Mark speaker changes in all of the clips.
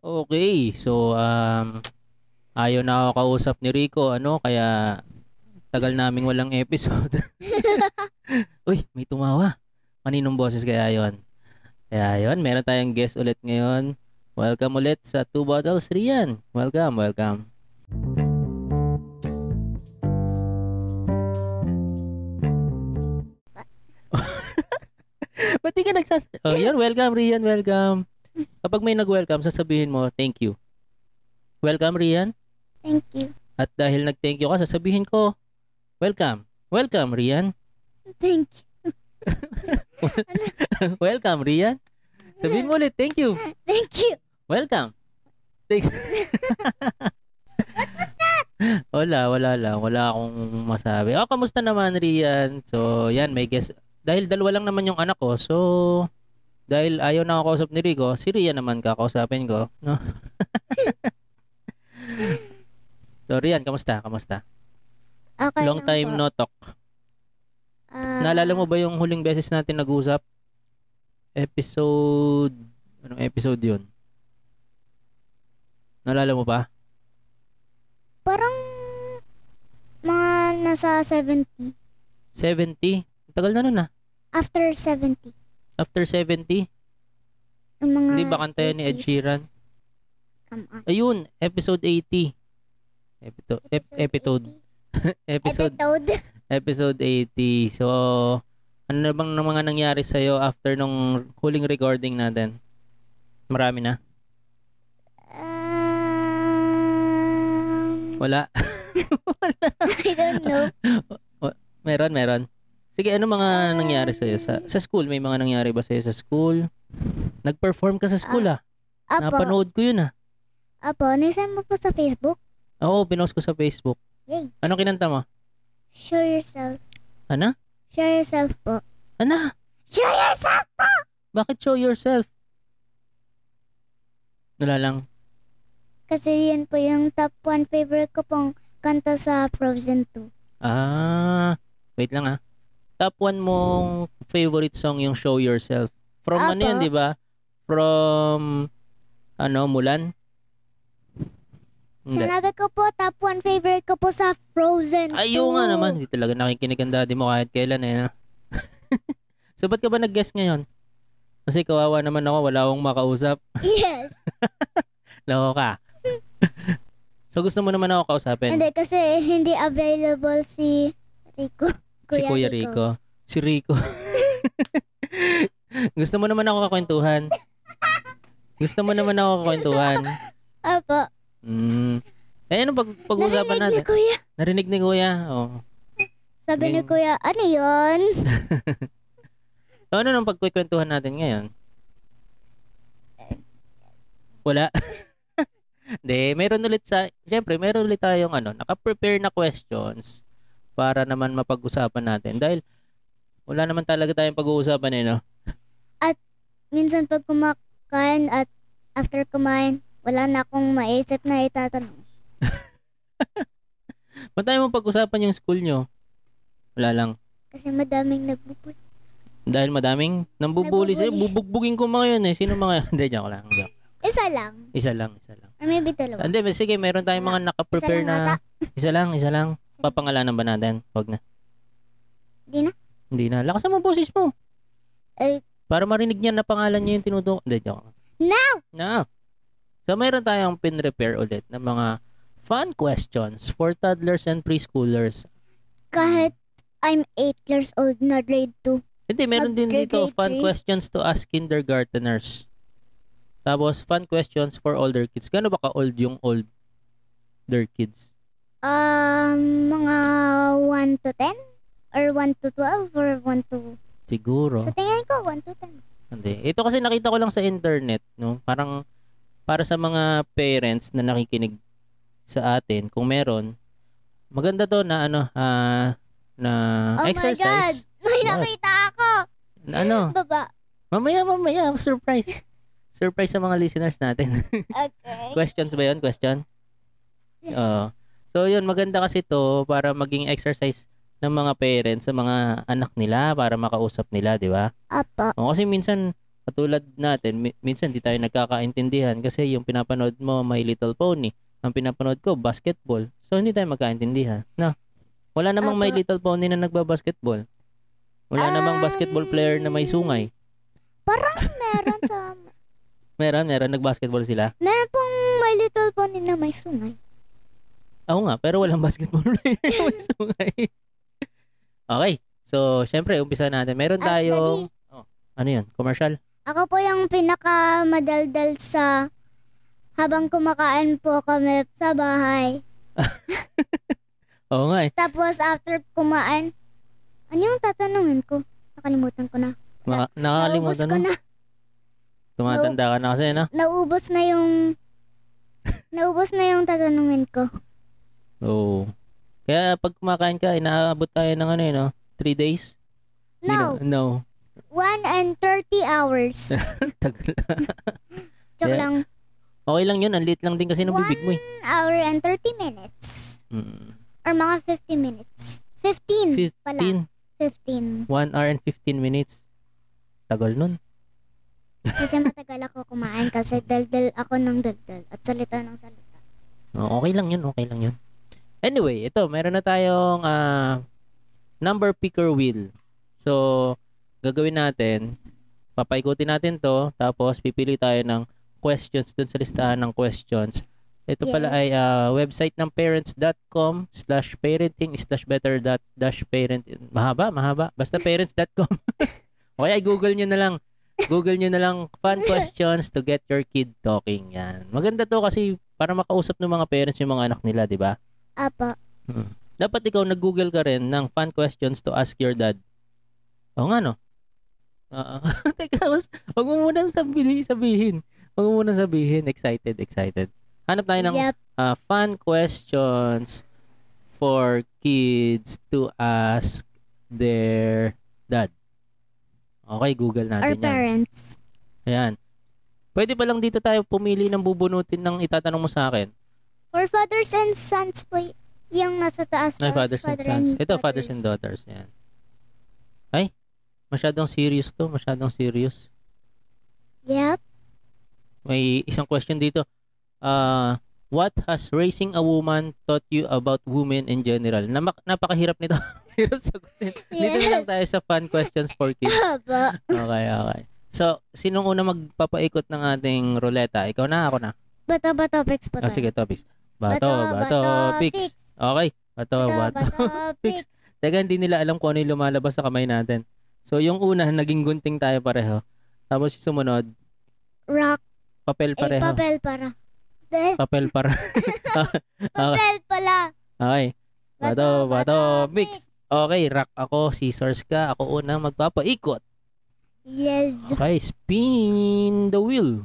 Speaker 1: Okay, so um, ayaw na ako kausap ni Rico, ano, kaya tagal naming walang episode. Uy, may tumawa. Kaninong boses kaya yon? Kaya yon, meron tayong guest ulit ngayon. Welcome ulit sa Two Bottles, Rian. Welcome, welcome. Ba't di ka nagsas... Oh, yun, welcome, Rian, welcome. Kapag may nag-welcome, sasabihin mo, thank you. Welcome, Rian.
Speaker 2: Thank you.
Speaker 1: At dahil nag-thank you ka, sasabihin ko, welcome. Welcome, Rian.
Speaker 2: Thank you.
Speaker 1: Welcome, Rian. Sabihin mo ulit, thank you.
Speaker 2: Ah, Thank you.
Speaker 1: Welcome. Thank What was that? Wala, wala lang. Wala akong masabi. Oh, kamusta naman, Rian? So, yan, may guest. Dahil dalawa lang naman yung anak ko, so... Dahil ayaw na ako kausap ni Rico, si Rian naman kakausapin ko. No? so, Rian, kamusta? Kamusta?
Speaker 2: Okay
Speaker 1: Long time
Speaker 2: lang po.
Speaker 1: no talk.
Speaker 2: Ah,
Speaker 1: Naalala mo ba yung huling beses natin nag-usap? Episode... Anong episode yun? Naalala mo pa?
Speaker 2: Parang mga nasa 70.
Speaker 1: 70? Ang Tagal na nun ah.
Speaker 2: After 70.
Speaker 1: After 70?
Speaker 2: Yung mga
Speaker 1: Hindi ba kanta yan ni Ed
Speaker 2: 80s.
Speaker 1: Sheeran?
Speaker 2: Come on.
Speaker 1: Ayun, episode 80. Epito- ep- episode.
Speaker 2: 80.
Speaker 1: Episode.
Speaker 2: Episode.
Speaker 1: Episode 80. So, ano na bang ng mga nangyari sa'yo after nung huling recording natin? Marami na?
Speaker 2: Um,
Speaker 1: Wala?
Speaker 2: I don't know.
Speaker 1: Meron, meron. Sige, ano mga nangyari sa'yo? Sa, sa school, may mga nangyari ba sa'yo sa school? Nag-perform ka sa school ah.
Speaker 2: Apo,
Speaker 1: Napanood ko yun ah.
Speaker 2: apo, naisend mo po sa Facebook?
Speaker 1: Oo, pinost ko sa Facebook.
Speaker 2: Yay.
Speaker 1: Ano kinanta mo?
Speaker 2: Show yourself.
Speaker 1: Ana?
Speaker 2: Show yourself po.
Speaker 1: Ana,
Speaker 2: Show yourself!
Speaker 1: bakit show yourself? Wala lang.
Speaker 2: Kasi yun po yung top 1 favorite ko pong kanta sa Frozen 2.
Speaker 1: Ah, wait lang ah. Top 1 mong favorite song yung Show Yourself. From ano
Speaker 2: Apo.
Speaker 1: yun, di ba? From, ano, Mulan? Hindi.
Speaker 2: Sinabi ko po, top 1 favorite ko po sa Frozen 2.
Speaker 1: Ayaw nga naman. Hindi talaga nakikinig ang daddy mo kahit kailan eh. Na. so, ba't ka ba nag-guess ngayon? Kasi kawawa naman ako. Wala akong makausap.
Speaker 2: Yes.
Speaker 1: Loko ka. so, gusto mo naman ako kausapin?
Speaker 2: Hindi, kasi hindi available si Rico.
Speaker 1: si Kuya Rico. Si Rico. gusto mo naman ako kakwentuhan? Gusto mo naman ako kakwentuhan?
Speaker 2: Opo.
Speaker 1: Mm. Eh, ano pag pag-uusapan natin?
Speaker 2: Narinig ni Kuya.
Speaker 1: Narinig ni Kuya. Oh.
Speaker 2: Sabi ni
Speaker 1: Ning-
Speaker 2: Kuya, ano yun?
Speaker 1: So, ano nung pagkwekwentuhan natin ngayon? Wala. Hindi, meron ulit sa... Siyempre, meron ulit tayong ano, nakaprepare na questions para naman mapag-usapan natin. Dahil wala naman talaga tayong pag-uusapan eh, no?
Speaker 2: Minsan pag kumakain at after kumain, wala na akong maisip na itatanong.
Speaker 1: Matay mo pag-usapan yung school nyo. Wala lang.
Speaker 2: Kasi madaming nagbubuli.
Speaker 1: Dahil madaming nambubuli sa'yo.
Speaker 2: Nabubuli.
Speaker 1: Bubugbugin ko mga yun eh. Sino mga yun? Hindi, joke lang. joke.
Speaker 2: Isa lang.
Speaker 1: Isa lang, isa lang.
Speaker 2: Or maybe dalawa.
Speaker 1: Hindi, but sige, meron tayong
Speaker 2: Isa
Speaker 1: mga nakaprepare
Speaker 2: Isa lang
Speaker 1: na... Isa lang, isa lang. Papangalanan ba natin? Huwag na.
Speaker 2: Di na.
Speaker 1: Hindi na. Lakasan mo ang boses mo.
Speaker 2: Eh.
Speaker 1: Para marinig niya na pangalan niya yung tinutukoy. Hindi, joke lang.
Speaker 2: Now!
Speaker 1: Now! So, meron tayong pin-repair ulit ng mga fun questions for toddlers and preschoolers.
Speaker 2: Kahit I'm 8 years old na grade 2.
Speaker 1: Hindi, meron din
Speaker 2: Mag-grade
Speaker 1: dito fun
Speaker 2: three?
Speaker 1: questions to ask kindergarteners. Tapos fun questions for older kids. Gano ba ka old yung older kids?
Speaker 2: Um, mga 1 to 10? Or 1 to 12? Or 1 to...
Speaker 1: Siguro.
Speaker 2: Sa tingin ko, 1 to 10.
Speaker 1: Hindi. Ito kasi nakita ko lang sa internet, no? Parang para sa mga parents na nakikinig sa atin, kung meron, maganda to na ano, ah, na
Speaker 2: Oh my
Speaker 1: exercise.
Speaker 2: May
Speaker 1: What?
Speaker 2: nakita ako!
Speaker 1: Na ano,
Speaker 2: Baba.
Speaker 1: mamaya, mamaya, surprise. Surprise sa mga listeners natin.
Speaker 2: Okay.
Speaker 1: Questions ba yun? Question?
Speaker 2: Yes.
Speaker 1: Oo. so, yun, maganda kasi to para maging exercise ng mga parents sa mga anak nila para makausap nila, di ba?
Speaker 2: Apo.
Speaker 1: O, kasi minsan, Katulad natin, mi- minsan di tayo nagkakaintindihan kasi yung pinapanood mo, My Little Pony. Ang pinapanood ko, basketball. So, hindi tayo magkaintindihan. No. Wala namang
Speaker 2: Apo.
Speaker 1: My Little Pony na nagbabasketball. Wala namang
Speaker 2: Um,
Speaker 1: basketball player na may sungay.
Speaker 2: Parang meron sa...
Speaker 1: Meron, meron. Nagbasketball sila.
Speaker 2: Meron pong My Little Pony na may sungay.
Speaker 1: Oo nga, pero walang basketball player na may sungay. okay. So, syempre, umpisa natin. Meron
Speaker 2: At
Speaker 1: tayong... Oh, ano yun? Commercial?
Speaker 2: Ako po yung pinakamadaldal sa habang kumakain po kami sa bahay.
Speaker 1: Oo nga eh.
Speaker 2: Tapos after kumain, ano yung tatanungin ko? Nakalimutan ko na.
Speaker 1: Maka- nakakalimutan
Speaker 2: Naubos ko
Speaker 1: mo.
Speaker 2: na.
Speaker 1: Tumatanda ka na kasi, no?
Speaker 2: Naubos na yung... naubos na yung tatanungin ko.
Speaker 1: Oo. Kaya pag kumakain ka, inaabot tayo ng ano, eh, no? Three days? Hindi
Speaker 2: No,
Speaker 1: Na, no.
Speaker 2: 1 and 30 hours.
Speaker 1: Tagal.
Speaker 2: Joke
Speaker 1: Yeah.
Speaker 2: lang.
Speaker 1: okay lang yun. Ang liit lang din kasi ng bibig mo, eh.
Speaker 2: 1 hour and 30 minutes.
Speaker 1: Mm.
Speaker 2: Or mga 50 minutes. 15 pala.
Speaker 1: 15.
Speaker 2: 15.
Speaker 1: 1 hour and 15 minutes. Tagal nun.
Speaker 2: Kasi matagal ako kumain kasi daldal ako ng daldal at salita ng salita.
Speaker 1: Oh, okay lang yun, okay lang yun. Anyway, ito, meron na tayong ah, number picker wheel. So, gagawin natin, papaikutin natin to, tapos pipili tayo ng questions dun sa listahan ng questions. Ito pala
Speaker 2: Yes.
Speaker 1: ay ah, website ng parents.com slash parenting slash better dot dash parent. Mahaba, mahaba. Basta parents.com. o kaya google nyo na lang. Google nyo na lang fun questions to get your kid talking. Yan. Maganda to kasi para makausap ng mga parents yung mga anak nila, di ba?
Speaker 2: Apo.
Speaker 1: Dapat ikaw nag-google ka rin ng fun questions to ask your dad. O nga, no? Oo. Teka, mas, wag mo muna sabihin. sabihin. Wag mo muna sabihin. Excited, excited. Hanap tayo ng
Speaker 2: Yep.
Speaker 1: uh, fun questions for kids to ask their dad. Okay, Google
Speaker 2: Or
Speaker 1: natin yan.
Speaker 2: parents.
Speaker 1: Ayan. Pwede pa lang dito tayo pumili ng bubunutin ng itatanong mo sa akin.
Speaker 2: Or fathers and sons po y- yung nasa taas.
Speaker 1: Ay,
Speaker 2: taas,
Speaker 1: fathers and
Speaker 2: father
Speaker 1: sons. Ito, fathers and
Speaker 2: daughters.
Speaker 1: daughters. Yan. Ay, masyadong serious to. Masyadong serious.
Speaker 2: Yep.
Speaker 1: May isang question dito. Ah, what has raising a woman taught you about women in general? Namak- napakahirap nito. Hirap sagutin. Dito na lang
Speaker 2: Yes.
Speaker 1: tayo sa fun questions for kids.
Speaker 2: Apo.
Speaker 1: Okay, okay. So, sinong una magpapaikot ng ating ruleta? Ikaw na, ako na.
Speaker 2: Bato, bato, pics po
Speaker 1: Ah,
Speaker 2: tayo.
Speaker 1: sige, topics. Bato, bato, pics. Okay, bato,
Speaker 2: Bato,
Speaker 1: bato.
Speaker 2: bato, pics.
Speaker 1: Teka, hindi nila alam kung ano yung lumalabas sa kamay natin. So, yung una, naging gunting tayo pareho. Tapos yung sumunod,
Speaker 2: Rock.
Speaker 1: papel
Speaker 2: Eh,
Speaker 1: pareho.
Speaker 2: papel para. Eh,
Speaker 1: papel para. okay.
Speaker 2: Papel pala.
Speaker 1: okay. Bato, bato, mix. Okay, rock ako, scissors ka. Ako unang magpapaikot.
Speaker 2: Yes.
Speaker 1: Okay, spin the wheel.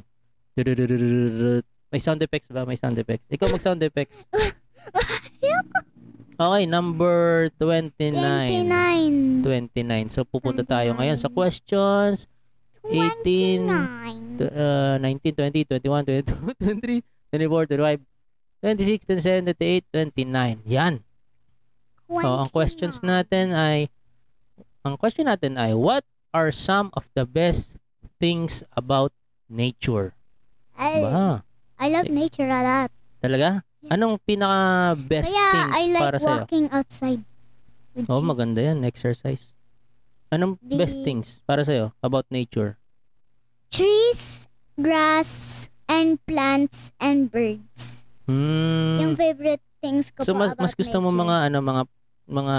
Speaker 1: Dururururururut. May sound effects ba? May sound effects. Ikaw mag-sound effects. Okay, number 29.
Speaker 2: 29.
Speaker 1: 29. So, pupunta tayo
Speaker 2: 29.
Speaker 1: ngayon sa questions. 18.
Speaker 2: 29.
Speaker 1: Tw- uh, 19, 20, 21, 22, 23, 24, 25, 26, 27, 28, 29. Yan. So, Oh, ang questions
Speaker 2: 29.
Speaker 1: natin ay, ang question natin ay, what are some of the best things about nature?
Speaker 2: I,
Speaker 1: Ba,
Speaker 2: I love nature a lot.
Speaker 1: talaga? Anong pinaka best
Speaker 2: Kaya
Speaker 1: things
Speaker 2: I like
Speaker 1: para sa'yo?
Speaker 2: walking outside. with
Speaker 1: Oh,
Speaker 2: trees.
Speaker 1: maganda yan. Exercise. Anong
Speaker 2: The-
Speaker 1: best things para sa'yo about nature?
Speaker 2: Trees, grass, and plants and birds. Yung
Speaker 1: Hmm.
Speaker 2: favorite things ko
Speaker 1: So,
Speaker 2: po
Speaker 1: mas,
Speaker 2: about
Speaker 1: mas gusto mo
Speaker 2: nature.
Speaker 1: mga, ano, mga, mga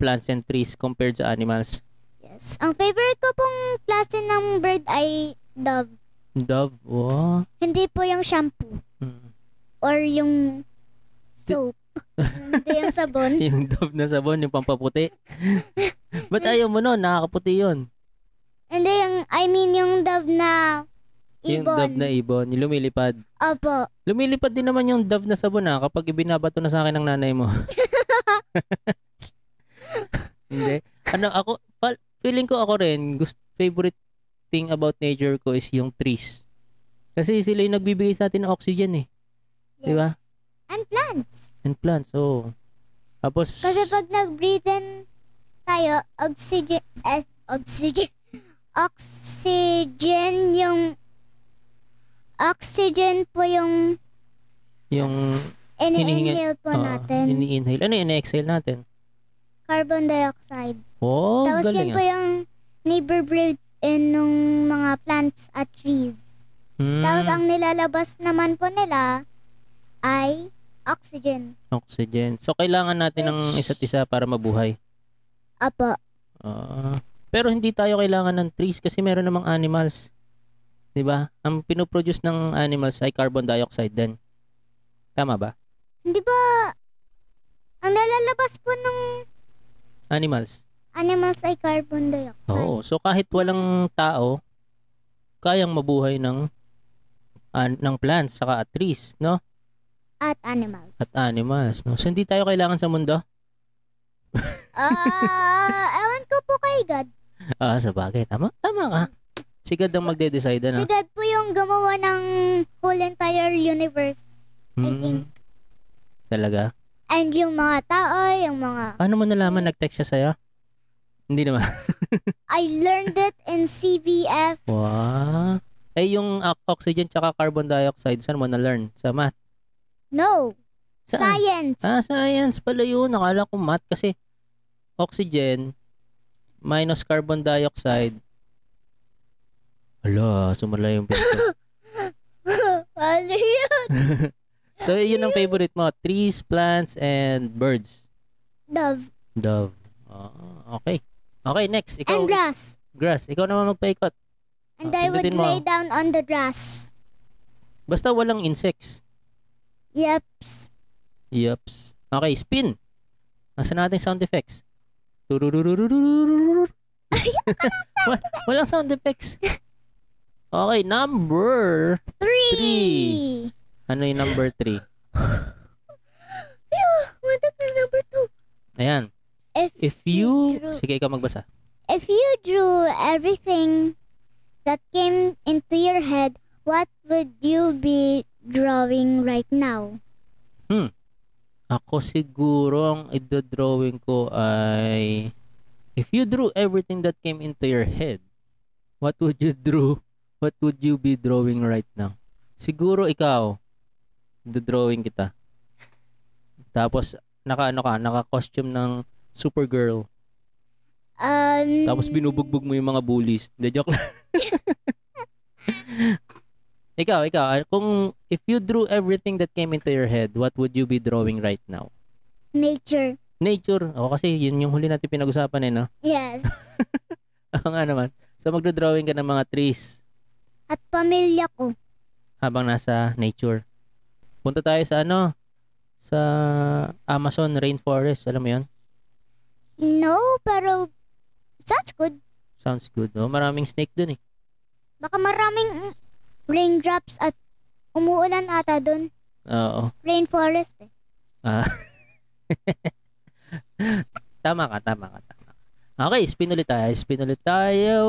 Speaker 1: plants and trees compared sa animals?
Speaker 2: Yes. Ang favorite ko pong klase ng bird ay dove.
Speaker 1: Dove? Wow.
Speaker 2: Hindi po yung shampoo
Speaker 1: Hmm.
Speaker 2: or yung soap. Hindi yung sabon.
Speaker 1: yung dove na sabon, yung pampaputi. Ba't ayaw mo nun? Nakakaputi yun.
Speaker 2: Hindi yung, I mean yung dove na
Speaker 1: Yung dove na
Speaker 2: ibon.
Speaker 1: ibon, yung lumilipad.
Speaker 2: Opo.
Speaker 1: Lumilipad din naman yung dove na sabon ha, kapag ibinabato na sa akin ng nanay mo. Hindi. Ano, ako, pal- feeling ko ako rin, gust, favorite thing about nature ko is yung trees. Kasi sila yung nagbibigay sa atin ng oxygen eh.
Speaker 2: Yes.
Speaker 1: Di ba?
Speaker 2: And plants.
Speaker 1: And plants, so. Tapos,
Speaker 2: Kasi pag nag-breathe in tayo, oxygen, eh, oxygen, oxygen yung oxygen po yung
Speaker 1: Yung
Speaker 2: ini-inhale po
Speaker 1: oo,
Speaker 2: natin.
Speaker 1: ini-inhale. Ano yung exhale natin?
Speaker 2: Carbon dioxide.
Speaker 1: Oh,
Speaker 2: Tapos yun
Speaker 1: galing
Speaker 2: po
Speaker 1: ah.
Speaker 2: yung neighbor-breathe in nung mga plants at trees.
Speaker 1: Hmm,
Speaker 2: Tapos ang nilalabas naman po nila ay oxygen.
Speaker 1: oxygen. So, kailangan natin ng
Speaker 2: Which-
Speaker 1: isa't isa para mabuhay.
Speaker 2: Apo.
Speaker 1: Oo. pero hindi tayo kailangan ng trees kasi meron namang animals. 'Di ba? Ang pinoproduce ng animals ay carbon dioxide din. Tama ba?
Speaker 2: Hindi ba ang nilalabas po ng
Speaker 1: Animals.
Speaker 2: animals ay carbon dioxide?
Speaker 1: Oo. So kahit walang tao, kayang mabuhay ng an- ng plants saka at trees, no?
Speaker 2: At animals.
Speaker 1: At animals, no? So hindi tayo kailangan sa mundo.
Speaker 2: Ah, ewan ko po kay God.
Speaker 1: Ah, sa bagay. Tama? Tama ka. Si God ang magde-decide, ano?
Speaker 2: Si God po yung gumawa ng whole entire universe. I think.
Speaker 1: Hmm. Talaga?
Speaker 2: And yung mga tao, yung mga...
Speaker 1: Paano mo nalaman nag-text siya sa'yo? Hindi naman.
Speaker 2: I learned it in CBF.
Speaker 1: Wow. Eh, yung ah, oxygen tsaka carbon dioxide, saan mo na-learn? Sa math?
Speaker 2: No,
Speaker 1: Saan?
Speaker 2: science.
Speaker 1: Ah, science pala yun. Nakala ko math kasi oxygen minus carbon dioxide. Ala, sumala yung pinto.
Speaker 2: Ano yun?
Speaker 1: so, yun ang favorite mo. Trees, plants, and birds.
Speaker 2: Dove.
Speaker 1: Dove. Ah, okay. Okay, next. Ikaw,
Speaker 2: And grass.
Speaker 1: grass. Ikaw naman magpaikot.
Speaker 2: And
Speaker 1: Ah,
Speaker 2: I would
Speaker 1: pindutin mo.
Speaker 2: lay down on the grass.
Speaker 1: Basta walang insects.
Speaker 2: Yeps.
Speaker 1: Yups. Okay, spin. Nasaan natin sound effects? Wa- Walang sound effects. Okay, number...
Speaker 2: Three.
Speaker 1: Three. Ano yung number three?
Speaker 2: Phew, Matot na number two.
Speaker 1: Ayan.
Speaker 2: If
Speaker 1: If you...
Speaker 2: Drew-
Speaker 1: Sige, ikaw magbasa.
Speaker 2: If you drew everything that came into your head, what would you be drawing right now?
Speaker 1: Ako siguro ang drawing ko ay... If you drew everything that came into your head, what would you drew? What would you be drawing right now? Siguro ikaw, drawing kita. Tapos, naka ano ka, naka costume ng Supergirl.
Speaker 2: Um,
Speaker 1: Tapos binubugbog mo yung mga bullies. De joke lang. ikaw, ikaw, ah, kung if you drew everything that came into your head, what would you be drawing right now?
Speaker 2: Nature.
Speaker 1: Nature. O kasi yun yung huli natin pinag-usapan eh, no?
Speaker 2: Yes.
Speaker 1: Oo nga naman. So magdodrawing ka ng mga trees
Speaker 2: At pamilya ko.
Speaker 1: habang nasa nature. Punta tayo sa ano? Sa Amazon rainforest. Alam mo yun?
Speaker 2: No, pero sounds good.
Speaker 1: Sounds good, no? Maraming snake dun eh.
Speaker 2: Baka maraming mm, raindrops at umuulan ata doon.
Speaker 1: Oo.
Speaker 2: Rainforest eh.
Speaker 1: Tama ka, tama ka, tama ka. Okay, spin ulit tayo. Spin ulit tayo.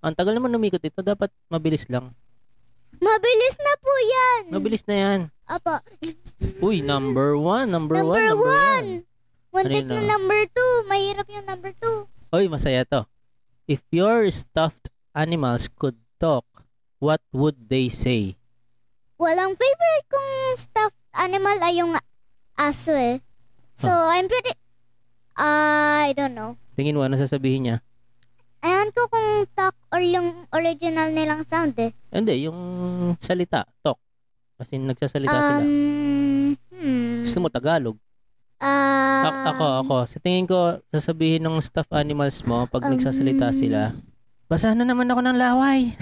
Speaker 1: Ang tagal naman lumikot ito. Dapat mabilis lang.
Speaker 2: Mabilis na po yan.
Speaker 1: Mabilis na yan.
Speaker 2: Apo.
Speaker 1: Uy, number one, number, one,
Speaker 2: Number
Speaker 1: number one.
Speaker 2: Muntik
Speaker 1: Ano yun,
Speaker 2: na
Speaker 1: ah?
Speaker 2: number two. Mahirap yung number two.
Speaker 1: Uy, masaya to. If your stuffed animals could talk, what would they say?
Speaker 2: Walang favorite kong stuffed animal ay yung aso eh. So, I'm pretty... uh, I don't know.
Speaker 1: Tingin mo, ano sasabihin niya?
Speaker 2: Ayan ko kung talk or yung original nilang sound eh.
Speaker 1: Hindi, yung salita, talk. Kasi nagsasalita sila.
Speaker 2: Um, hmm.
Speaker 1: Gusto mo Tagalog?
Speaker 2: Ah,
Speaker 1: A- ako, ako. Sa tingin ko, sasabihin ng stuffed animals mo pag
Speaker 2: Um,
Speaker 1: nagsasalita sila, basahan na naman ako ng laway.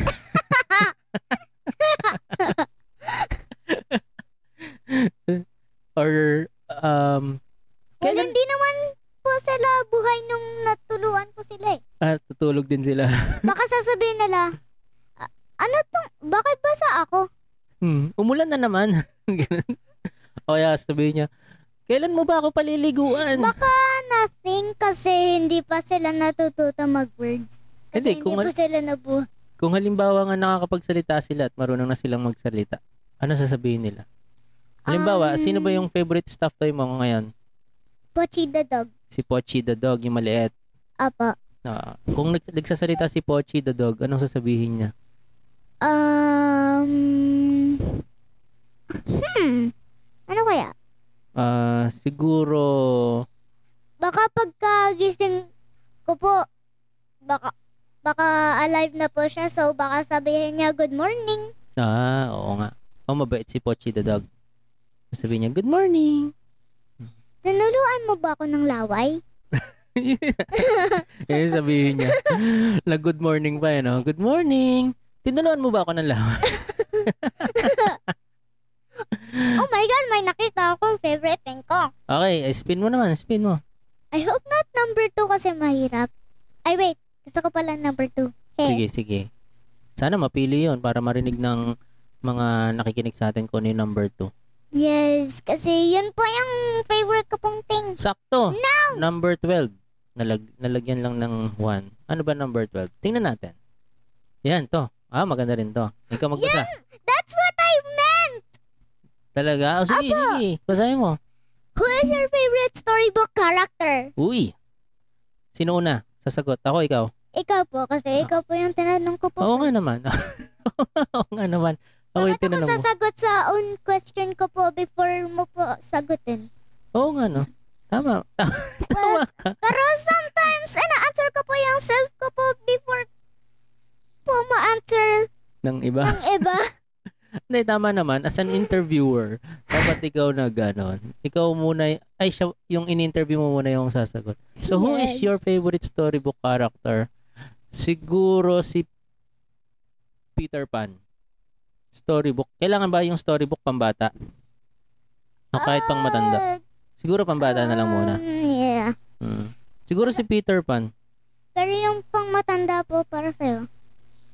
Speaker 1: Or, um,
Speaker 2: Well,
Speaker 1: kailan-
Speaker 2: hindi naman po sila buhay nung natuluan ko sila eh.
Speaker 1: ah, tutulog din sila.
Speaker 2: Baka sasabihin nila, "Ah, ano tong, bakit ba sa ako?
Speaker 1: Hmm, umulan na naman. Ganun. o kaya sabihin niya, kailan mo ba ako paliliguan?
Speaker 2: Baka nothing kasi hindi pa sila natututo mag-words. Kasi
Speaker 1: Hindi,
Speaker 2: hindi,
Speaker 1: kung
Speaker 2: po sila nabu.
Speaker 1: Kung halimbawa nga nakakapagsalita sila at marunong na silang magsalita, ano sasabihin nila? Halimbawa,
Speaker 2: Um,
Speaker 1: sino ba yung favorite stuffed toy mo ngayon?
Speaker 2: Pochi the dog.
Speaker 1: Si Pochi the dog, yung maliit.
Speaker 2: Apo.
Speaker 1: Ah, kung nag- nagsasalita si Pochi the dog, anong sasabihin niya?
Speaker 2: Um, hmm, ano kaya?
Speaker 1: Ah, siguro
Speaker 2: Baka pagkagising ko po, baka, baka alive na po siya, so baka sabihin niya, good morning.
Speaker 1: Ah, oo nga. Oh, mabait si Pochi the dog. Sabi niya, good morning.
Speaker 2: Nanuluan mo ba ako ng laway?
Speaker 1: eh, sabihin niya. Na good morning pa, eh, no? Good morning. Tinuloan mo ba ako ng lawa?
Speaker 2: Oh my God, may nakita akong favorite thing ko.
Speaker 1: Okay, eh, spin mo naman. Spin mo.
Speaker 2: I hope not number 2 kasi mahirap. Ay wait, gusto ko pala number 2.
Speaker 1: Sige, sige. Sana mapili yon para marinig ng mga nakikinig sa atin kung ano yung number 2.
Speaker 2: Yes, kasi yun po yung favorite ko pong thing.
Speaker 1: Sakto! Number 12. Nalag- nalagyan lang ng 1. Ano ba number 12? Tingnan natin. Yan, to. Ah, maganda rin to. Ikaw magbasa.
Speaker 2: That's what I meant!
Speaker 1: Talaga? Oh, sige, sige. Basahin mo.
Speaker 2: Who is your favorite storybook character?
Speaker 1: Uy. Sino una? Sasagot. Ako, ikaw.
Speaker 2: Ikaw po, kasi ikaw po yung tinanong ko po.
Speaker 1: Ah. Oo nga
Speaker 2: first.
Speaker 1: naman. Oo nga naman. Ako yung
Speaker 2: Bakit ako
Speaker 1: tinanong mo.
Speaker 2: sasagot sa own question ko po before mo po sagutin?
Speaker 1: Oo nga, no? Tama. Tama.
Speaker 2: Well, pero sometimes, ina-answer ko po yung self ko po before po ma-answer
Speaker 1: Ng iba.
Speaker 2: ang iba.
Speaker 1: Hindi, tama naman. As an interviewer, dapat ikaw na ganon. Ikaw muna, y- ay, siya, yung in-interview mo muna yung sasagot. So, who is
Speaker 2: Yes.
Speaker 1: your favorite storybook character? Siguro si Peter Pan. Storybook. Kailangan ba yung storybook pambata? O kahit pang matanda?
Speaker 2: Ah,
Speaker 1: Siguro pambata na lang muna.
Speaker 2: um, yeah.
Speaker 1: Mm. Siguro si Peter Pan.
Speaker 2: Pero yung pang matanda po para sa'yo.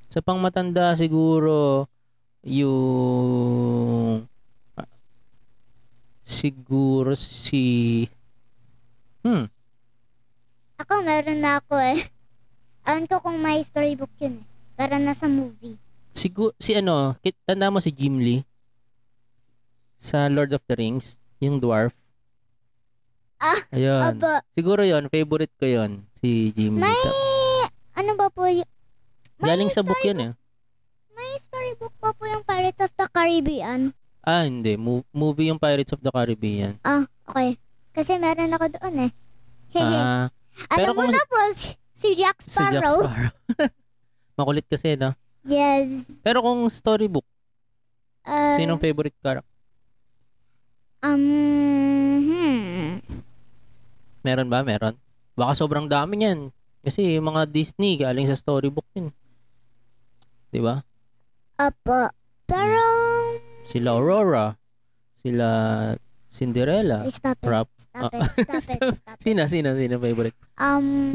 Speaker 1: Sa pangmatanda siguro yung ah, siguro si Hmm,
Speaker 2: Ako, meron na ako eh. Awan ko kung may storybook yun eh. Para nasa movie.
Speaker 1: siguro si ano, kit- tanda mo si Jim Lee sa Lord of the Rings, yung dwarf.
Speaker 2: Ah,
Speaker 1: Ayun.
Speaker 2: Aba,
Speaker 1: Siguro 'yon, favorite ko 'yon, si Jim Lee.
Speaker 2: may...
Speaker 1: Ta-
Speaker 2: Ano ba po yun? may
Speaker 1: Galing sa book 'yun eh.
Speaker 2: May storybook pa po yung Pirates of the Caribbean.
Speaker 1: Ah, hindi. Mo- movie yung Pirates of the Caribbean.
Speaker 2: Ah, okay. Kasi meron ako doon eh. Hehe.
Speaker 1: Ah, pero
Speaker 2: Alam mo
Speaker 1: kung-
Speaker 2: na po, si, si Jack
Speaker 1: si Jack
Speaker 2: Sparrow.
Speaker 1: Sparrow. Makulit kasi, no?
Speaker 2: Yes.
Speaker 1: Pero kung storybook,
Speaker 2: Uh,
Speaker 1: Sinong favorite character?
Speaker 2: Um, hmm.
Speaker 1: Meron ba? Meron. Baka sobrang dami niyan. Kasi yung mga Disney galing sa storybook yun. 'Di ba?
Speaker 2: Apo. Pero,
Speaker 1: Sila Aurora, sila Cinderella.
Speaker 2: Ay, eh, stop it.
Speaker 1: Rap.
Speaker 2: Stop it, stop it, stop it.
Speaker 1: Sina, sina, sina favorite.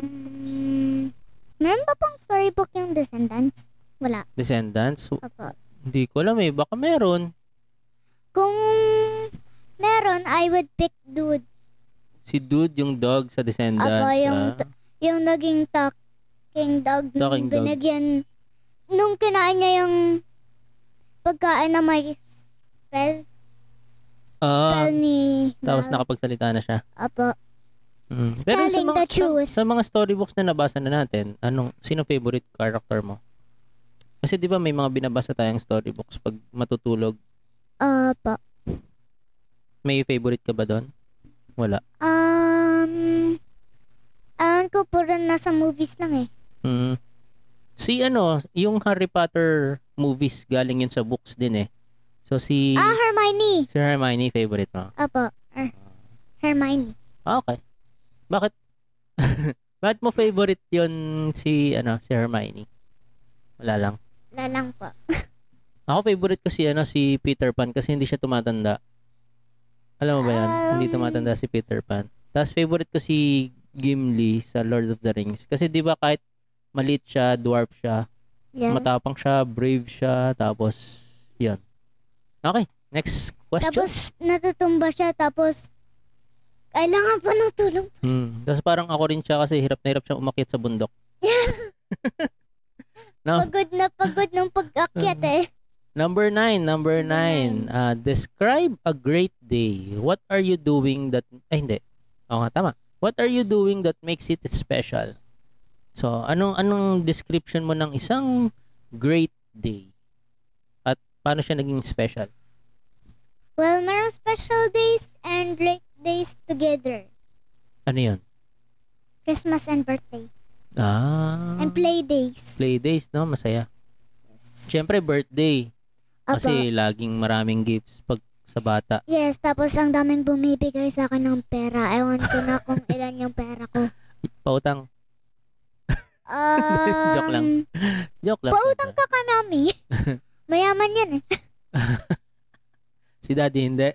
Speaker 2: Um, meron ba pong storybook yung Descendants? Wala.
Speaker 1: Descendants? W-
Speaker 2: Apo.
Speaker 1: Hindi ko alam eh. Baka meron.
Speaker 2: Kung meron, I would pick Dude.
Speaker 1: Si Dude yung dog sa Descendants.
Speaker 2: Apo, yung
Speaker 1: ah.
Speaker 2: Yung naging talking dog nung
Speaker 1: Talking dog.
Speaker 2: binigyan, nung kinain niya yung pagkain na may spell,
Speaker 1: Ah,
Speaker 2: spell ni
Speaker 1: tapos
Speaker 2: Mal.
Speaker 1: nakapagsalita na siya.
Speaker 2: Apo.
Speaker 1: Mm. Pero sa
Speaker 2: Telling
Speaker 1: mga,
Speaker 2: the truth.
Speaker 1: Sa, sa mga storybooks na nabasa na natin, anong sino favorite character mo? Kasi 'di ba may mga binabasa tayong storybooks pag matutulog,
Speaker 2: Apo.
Speaker 1: may favorite ka ba doon? Wala.
Speaker 2: Um, alam ko po rin nasa movies lang eh.
Speaker 1: Mm. Si ano, yung Harry Potter movies galing yun sa books din eh. So si
Speaker 2: Ah, Hermione!
Speaker 1: si Hermione favorite mo.
Speaker 2: Apo. Her- Hermione.
Speaker 1: Ah, okay. Bakit? Bakit mo favorite yun si ano, si Hermione? Wala lang.
Speaker 2: Lalang po.
Speaker 1: Ako favorite ko si ano si Peter Pan kasi hindi siya tumatanda. Alam mo ba 'yan? hindi
Speaker 2: Um,
Speaker 1: tumatanda si Peter Pan. Tapos favorite ko si Gimli sa Lord of the Rings kasi 'di ba kahit maliit siya, dwarf siya,
Speaker 2: Yeah.
Speaker 1: matapang siya, brave siya, tapos 'yun. Okay, next question.
Speaker 2: Tapos, natutumba siya. Tapos, kailangan pa ng tulong.
Speaker 1: Hmm. Tapos parang ako rin siya kasi hirap na hirap siya umakyat sa bundok. no,
Speaker 2: Pagod na pagod ng pag-akyat
Speaker 1: Ah.
Speaker 2: eh.
Speaker 1: number nine, number
Speaker 2: Number
Speaker 1: nine. Uh, describe a great day. What are you doing that... Ay, hindi. Oo nga, tama. What are you doing that makes it special? So, anong anong description mo ng isang great day? At paano siya naging special?
Speaker 2: Well, merong special days and great days together.
Speaker 1: Ano 'yon?
Speaker 2: Christmas and birthday.
Speaker 1: Ah.
Speaker 2: And play days.
Speaker 1: play days, no? Masaya. Siyempre birthday kasi laging maraming gifts pag sa bata.
Speaker 2: Yes, tapos ang daming bumibigay sa akin ng pera. Ewan ko na kung ilan yung pera ko.
Speaker 1: Pautang.
Speaker 2: Um,
Speaker 1: Joke lang. Joke lang.
Speaker 2: Pautang ka ka, mami. Mayaman yan eh.
Speaker 1: Si daddy hindi.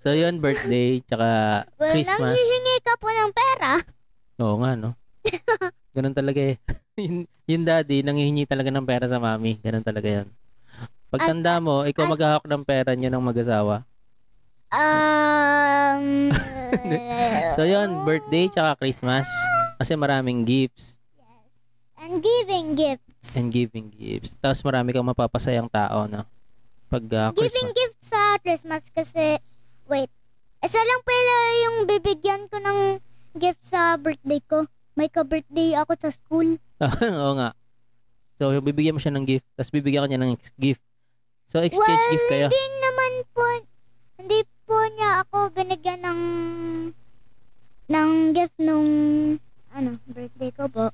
Speaker 1: so yun, birthday, tsaka
Speaker 2: Well,
Speaker 1: Christmas.
Speaker 2: nanghihingi ka po ng pera.
Speaker 1: Oo nga, no? Ganun talaga eh. yun, yun daddy, nangihingi talaga ng pera sa mami. Ganun talaga yun. Pagtanda mo, ikaw
Speaker 2: at-
Speaker 1: maghahak ng pera niyo ng mag-asawa.
Speaker 2: Um,
Speaker 1: So yun, birthday tsaka Christmas. Kasi maraming gifts
Speaker 2: And giving gifts.
Speaker 1: and giving gifts. Tapos marami kang mapapasayang tao, no? Pag ah,
Speaker 2: giving
Speaker 1: Christmas.
Speaker 2: gifts sa Christmas kasi, wait, isa lang pala yung bibigyan ko ng gift sa birthday ko. May ka-birthday ako sa school.
Speaker 1: Oo nga. So bibigyan mo siya ng gift, tapos bibigyan ka niya ng ex- gift. So exchange
Speaker 2: well,
Speaker 1: gift kayo.
Speaker 2: hindi naman po, hindi po niya ako binigyan ng ng gift nung ano, birthday ko po.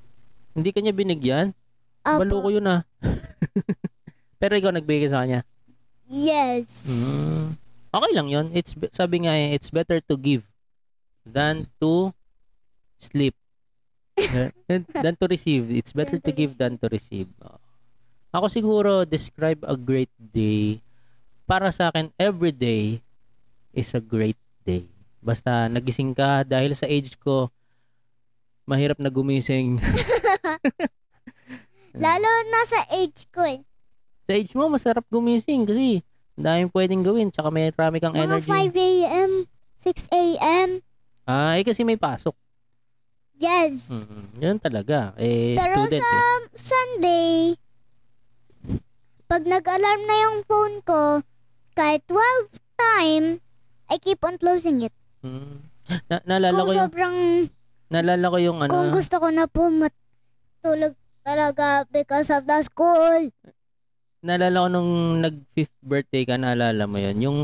Speaker 1: Hindi kanya binigyan.
Speaker 2: Opo.
Speaker 1: Balo ko yun ah. Pero ikaw nagbigay sa kanya.
Speaker 2: Yes.
Speaker 1: Mm. Okay lang yun. It's, be- sabi nga eh, it's better to give than to sleep. Eh, than- than to receive. It's better
Speaker 2: Than to
Speaker 1: to give than to receive. Oo. Ako siguro, describe a great day. Para sa akin, every day is a great day. Basta nagising ka dahil sa age ko, mahirap na gumising.
Speaker 2: Lalo na sa age ko eh.
Speaker 1: sa age mo, masarap gumising kasi ang daming pwedeng gawin. Tsaka may marami kang
Speaker 2: Mga
Speaker 1: energy.
Speaker 2: 5 a.m., 6 a.m.
Speaker 1: Ah, eh kasi may pasok.
Speaker 2: Yes.
Speaker 1: Mm, yun talaga. Eh,
Speaker 2: Pero
Speaker 1: student
Speaker 2: sa
Speaker 1: eh.
Speaker 2: Sunday, pag nag-alarm na yung phone ko, kahit 12 time, I keep on closing it.
Speaker 1: Mm. Na, naalala
Speaker 2: kung
Speaker 1: ko yung,
Speaker 2: sobrang,
Speaker 1: naalala ko yung ano,
Speaker 2: kung gusto ko na po matulog talaga because of the school.
Speaker 1: naalala ko nung nag fifth birthday ka, naalala mo yun. Yung,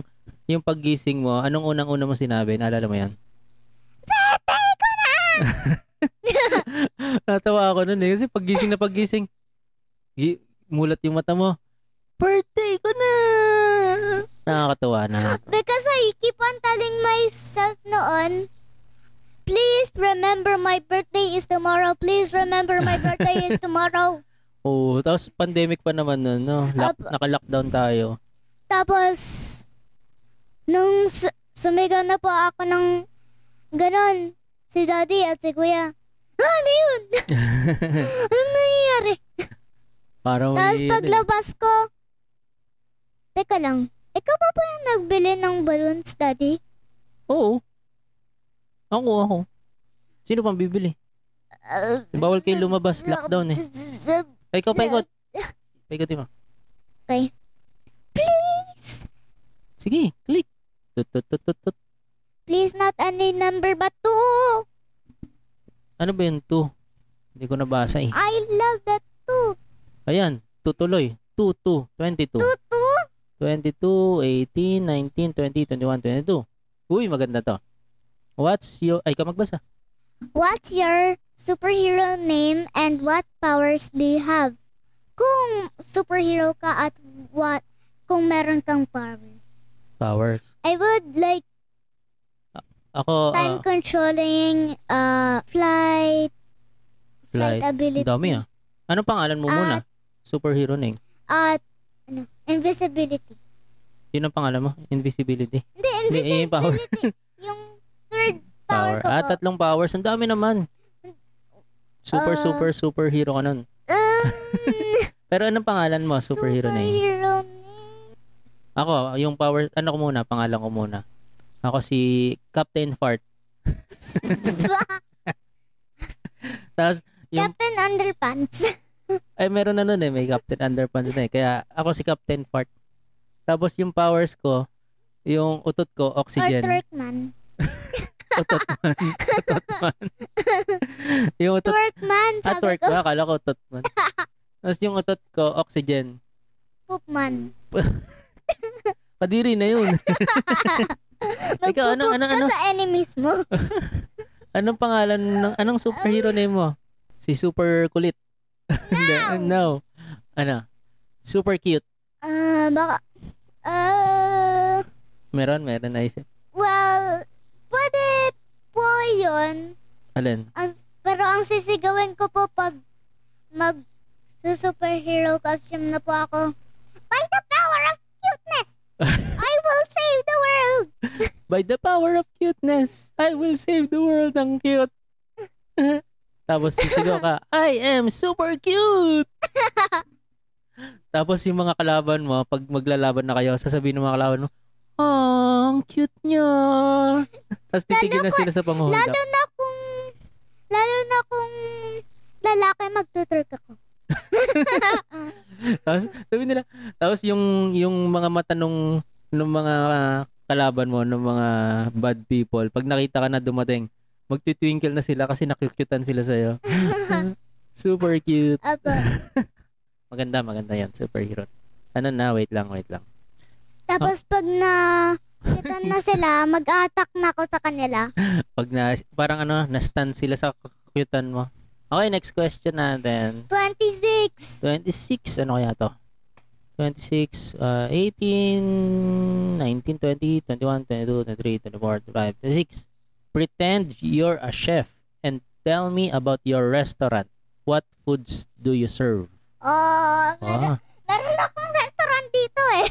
Speaker 1: yung paggising mo, anong unang-una mo sinabi? Naalala mo yan?
Speaker 2: Birthday ko na!
Speaker 1: Natawa ako nun eh, kasi paggising na paggising, gi- mulat yung mata mo. Birthday ko na! Nakakatawa na.
Speaker 2: Because I keep on telling myself noon, please remember my birthday is tomorrow. Please remember my birthday is tomorrow.
Speaker 1: Oo, tapos pandemic pa naman nun, no? Lock,
Speaker 2: Opo.
Speaker 1: naka-lockdown tayo.
Speaker 2: Tapos, nung su- sumigaw na po ako ng ganon, si daddy at si kuya, ah, ano yun? Anong nangyayari?
Speaker 1: Parang
Speaker 2: Tapos
Speaker 1: may-
Speaker 2: paglabas ko, teka lang, ikaw pa ba yung nagbili ng balloons, daddy?
Speaker 1: Oo. Ako, ako. Sino pang bibili?
Speaker 2: Uh,
Speaker 1: Eh, Bawal kayo lumabas. Lockdown eh. Ay, ikaw, paikot. Paikot mo.
Speaker 2: Please,
Speaker 1: Sige, click. Tut, tut, tut, tut, tut.
Speaker 2: please not any number but two.
Speaker 1: Ano ba yun? Two. Hindi ko nabasa eh.
Speaker 2: I love that two.
Speaker 1: Ayan. Tutuloy. Two, two. Twenty-two.
Speaker 2: Two, two?
Speaker 1: 22, 18, 19, 20, 21, 22. Uy, maganda to. What's your... Ay, ka magbasa.
Speaker 2: What's your superhero name and what powers do you have? Kung superhero ka at what kung meron kang powers.
Speaker 1: Powers.
Speaker 2: I would like
Speaker 1: Ako, ah,
Speaker 2: time controlling uh flight flight
Speaker 1: flight.
Speaker 2: ability.
Speaker 1: Ang dami ah. Anong pangalan mo muna? Superhero name.
Speaker 2: At ano, invisibility.
Speaker 1: Yun ang pangalan mo? Invisibility.
Speaker 2: Hindi
Speaker 1: Hindi, eh, yung power.
Speaker 2: invisibility. yung third power, ko
Speaker 1: Ah,
Speaker 2: po.
Speaker 1: tatlong powers. Ang dami naman. Super,
Speaker 2: Ah.
Speaker 1: super, superhero ka nun.
Speaker 2: Um,
Speaker 1: Pero anong pangalan Ano mo? Superhero name.
Speaker 2: superhero name.
Speaker 1: Ako, yung power, ano ko muna? Pangalan ko muna. Ako si Captain Fart. Tapos, Yung-
Speaker 2: Captain Underpants.
Speaker 1: ay meron na nun eh. May Captain Underpants na eh. Kaya ako si Captain Fart. Tapos yung powers ko, yung utot ko,
Speaker 2: Or
Speaker 1: oxygen.
Speaker 2: Turkman.
Speaker 1: utot man. Utot man. yung utot,
Speaker 2: Twerk man,
Speaker 1: at
Speaker 2: sabi
Speaker 1: work
Speaker 2: ko.
Speaker 1: ba? Akala ko utot man. Tapos yung utot ko, oxygen.
Speaker 2: Poop man.
Speaker 1: Kadiri na yun. Ikaw, ano-
Speaker 2: Magpupoop
Speaker 1: ano-
Speaker 2: ka
Speaker 1: ano?
Speaker 2: sa enemies mo.
Speaker 1: Anong pangalan ng, anong superhero name mo? Si Super Kulit. Hindi, no. Ano? Super cute.
Speaker 2: Ah, baka... Ah,
Speaker 1: Meron, meron naisip.
Speaker 2: well, pwede po yun.
Speaker 1: Alin?
Speaker 2: Ang, pero ang sisigawin ko po pag mag superhero costume na po ako. By the power of cuteness, I will save the world.
Speaker 1: By the power of cuteness, I will save the world. Ang cute. Tapos sisigaw ka, I am super cute! Tapos yung mga kalaban mo, pag maglalaban na kayo, sasabihin ng mga kalaban mo, Oh, ang cute niya! Tapos titigil na sila sa panghuhulap.
Speaker 2: Lalo na kung lalo na kung lalaki magtuturk ako.
Speaker 1: Tapos sabi nila, tapos yung yung mga matanong ng mga kalaban mo, ng mga bad people, pag nakita ka na dumating, magtitwinkle na sila kasi nakukyutan sila sa'yo. Super cute.
Speaker 2: Apo.
Speaker 1: Maganda, maganda yan. Superhero. Ano na, wait lang, wait lang.
Speaker 2: Tapos pag na kita na sila, mag-attack na ako sa kanila.
Speaker 1: Pag na, parang ano, na-stun sila sa kukyutan mo. Okay, next question natin.
Speaker 2: 26.
Speaker 1: 26, ano kaya to? 26, uh, 18, 19, 20, 21, 22, 23, 24, 25, 26. Pretend you're a chef and tell me about your restaurant. What foods do you serve?
Speaker 2: Oh,
Speaker 1: Ah,
Speaker 2: meron, meron akong restaurant dito eh.